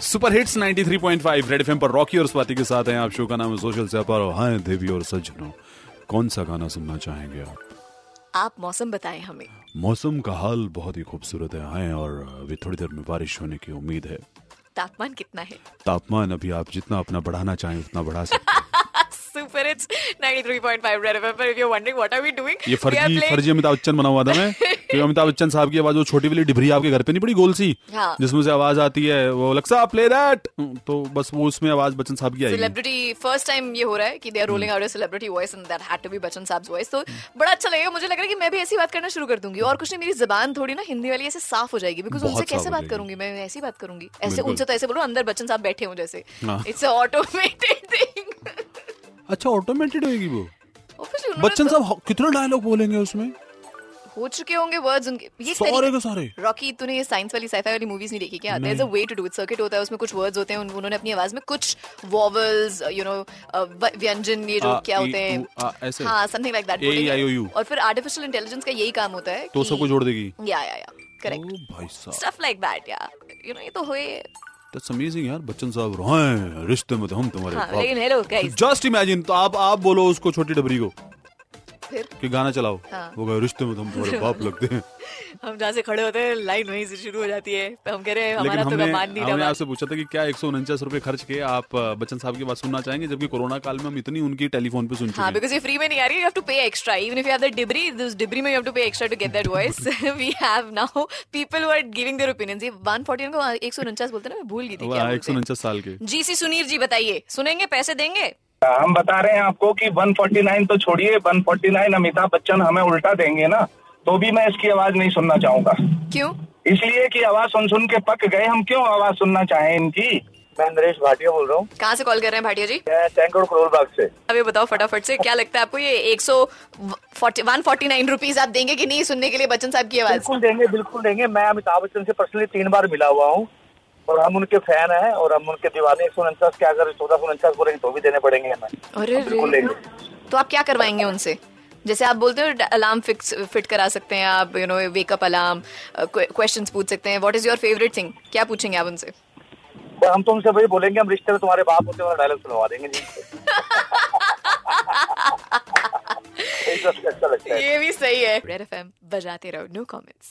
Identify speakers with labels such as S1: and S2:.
S1: Super hits 93.5 red FM पर रॉकी और स्वाति के साथ हैं आप शो का नाम है सोशल से पर हाय देवी और सज्जनों कौन सा गाना सुनना चाहेंगे आप
S2: आप मौसम बताएं हमें
S1: मौसम का हाल बहुत ही खूबसूरत है हाय और अभी थोड़ी देर में बारिश होने की उम्मीद है
S2: तापमान कितना है
S1: तापमान अभी आप जितना अपना बढ़ाना चाहें उतना बढ़ा सकते हैं
S2: सुपर हिट्स 93.5 रेड एफएम पर if you wondering what are we doing
S1: ये फर्जी फर्जी अमिताभ बच्चन बना हुआ था मैं क्योंकि अमिताभ बच्चन साहब की आवाज वो छोटी वाली डिभरी आपके घर पे नहीं पड़ी गोल सी
S2: हाँ।
S1: जिसमें से आवाज आती है वो लक्सा प्ले दैट तो बस वो उसमें आवाज बच्चन साहब की आई
S2: सेलिब्रिटी फर्स्ट टाइम ये हो रहा है कि they
S1: hmm.
S2: Are rolling out a celebrity voice and that had to be Bachchan साहब वॉइस तो बड़ा अच्छा लगेगा मुझे लग रहा है कि मैं भी ऐसी बात करना शुरू कर दूंगी और कुछ नहीं मेरी जबान थोड़ी ना हिंदी वाली ऐसे साफ हो जाएगी बिकॉज
S1: बहुत
S2: उनसे
S1: साफ
S2: कैसे
S1: हो
S2: बात
S1: जाएगी।
S2: करूंगी मैं ऐसी बात करूंगी ऐसे
S1: बिल्कुल।
S2: उनसे तो ऐसे बोलो अंदर बच्चन साहब बैठे हों जैसे
S1: हाँ।
S2: इट्स ऑटोमेटेड थिंग
S1: अच्छा ऑटोमेटेड होगी वो बच्चन साहब कितना डायलॉग बोलेंगे उसमें
S2: तो हो चुके होंगे वर्ड्स उनके ये एक
S1: सारे
S2: तरीका-
S1: के सारे
S2: रॉकी तूने ये साइंस वाली साइफाई वाली मूवीज नहीं देखी क्या there is a way to do it circuit होता है उसमें कुछ वर्ड्स होते हैं उन- उन्होंने अपनी आवाज में कुछ uh, वॉवल्स यू नो व्यंजन ये जो
S1: आ,
S2: क्या
S1: ई,
S2: होते
S1: ऊ, आ,
S2: हैं
S1: हाँ, ऐसे?
S2: हाँ something like
S1: A, E, I, O, U.
S2: That और फिर आर्टिफिशियल इंटेलिजेंस का यही काम होता है
S1: तो सबको जोड़ देगी
S2: या या या करेक्ट
S1: ओ भाई साहब
S2: स्टफ लाइक दैट या यू नो ये तो हुए
S1: दैट्स अमेजिंग यार बच्चन साहब रोए रिश्ते में तो हम
S2: हाँ लेकिन हेलो
S1: तुम्हारे
S2: गाइस
S1: जस्ट इमेजिन तो आप आप बोलो उसको छोटी डबरी को
S2: फिर
S1: कि गाना चलाओ
S2: हाँ।
S1: वो कहे, रिश्ते में तो हम तुम्हारे बाप लगते हैं
S2: हम जहाँ से खड़े होते हैं लाइन वहीं से शुरू हो जाती है हम कह रहे हैं
S1: लेकिन
S2: हमारा तो
S1: हमने
S2: मान नहीं
S1: हमने
S2: रहा
S1: आपसे पूछा था कि क्या एक सौ रुपए खर्च के आप अ, बच्चन साहब की बात सुनना चाहेंगे जबकि कोरोना काल में हम इतनी उनकी टेलीफोन पे सुन चुके
S2: हाँ
S1: हैं
S2: बिकॉज ये फ्री में नहीं आ रही you have to pay extra even if you have that डिबरी दिस डिबरी में you have to pay extra to get that voice we have now people who are giving their opinions ये 140 को हाँ, 149 बोलते हैं ना मैं भूल गई थी क्या
S1: वाह, एक
S2: बोलते
S1: सौ
S2: हैं
S1: उनचास साल के
S2: जी सी सुनीर जी बताइए सुनेंगे पैसे देंगे
S3: हम बता रहे हैं आपको कि 149 तो छोड़िए 149 अमिताभ बच्चन हमें उल्टा देंगे ना तो भी मैं इसकी आवाज नहीं सुनना चाहूंगा
S2: क्यों
S3: इसलिए कि आवाज सुन सुन के पक गए हम क्यों आवाज सुनना चाहें इनकी मैं नरेश भाटिया बोल रहा हूँ
S2: कहाँ से कॉल कर रहे हैं भाटिया जी
S3: मैं सैंकड़ों करोल बाग से
S2: अब ये बताओ फटाफट से क्या लगता है आपको ये एक सौ वन फोर्टी नाइन रुपीज आप देंगे कि नहीं सुनने के लिए बच्चन साहब की आवाज
S3: बिल्कुल देंगे बिल्कुल देंगे मैं अमिताभ बच्चन से पर्सनली तीन बार मिला हुआ हूँ और हम उनके फैन हैं और हम उनके दीवाने एक सौ उनचास के अगर चौदह सौ उनचास बोलेंगे तो भी देने पड़ेंगे हमें
S2: अरे
S3: बिल्कुल
S2: रे।
S3: देंगे
S2: तो आप क्या करवाएंगे उनसे जैसे आप बोलते हो अलार्म फिक्स फिट करा सकते हैं आप you know wake up alarm questions uh, पूछ सकते हैं what is your favourite thing क्या पूछेंगे आप उनसे
S3: तो हम तो उनसे वही बोलेंगे हम रिश्ते में तुम्हारे बाप होते हैं, वाला डायलॉग सुनवा देंगे जी एक अच्छा लगता है अच्छा
S2: ये भी सही है रेड एफएम बजाते रहो नो कमेंट्स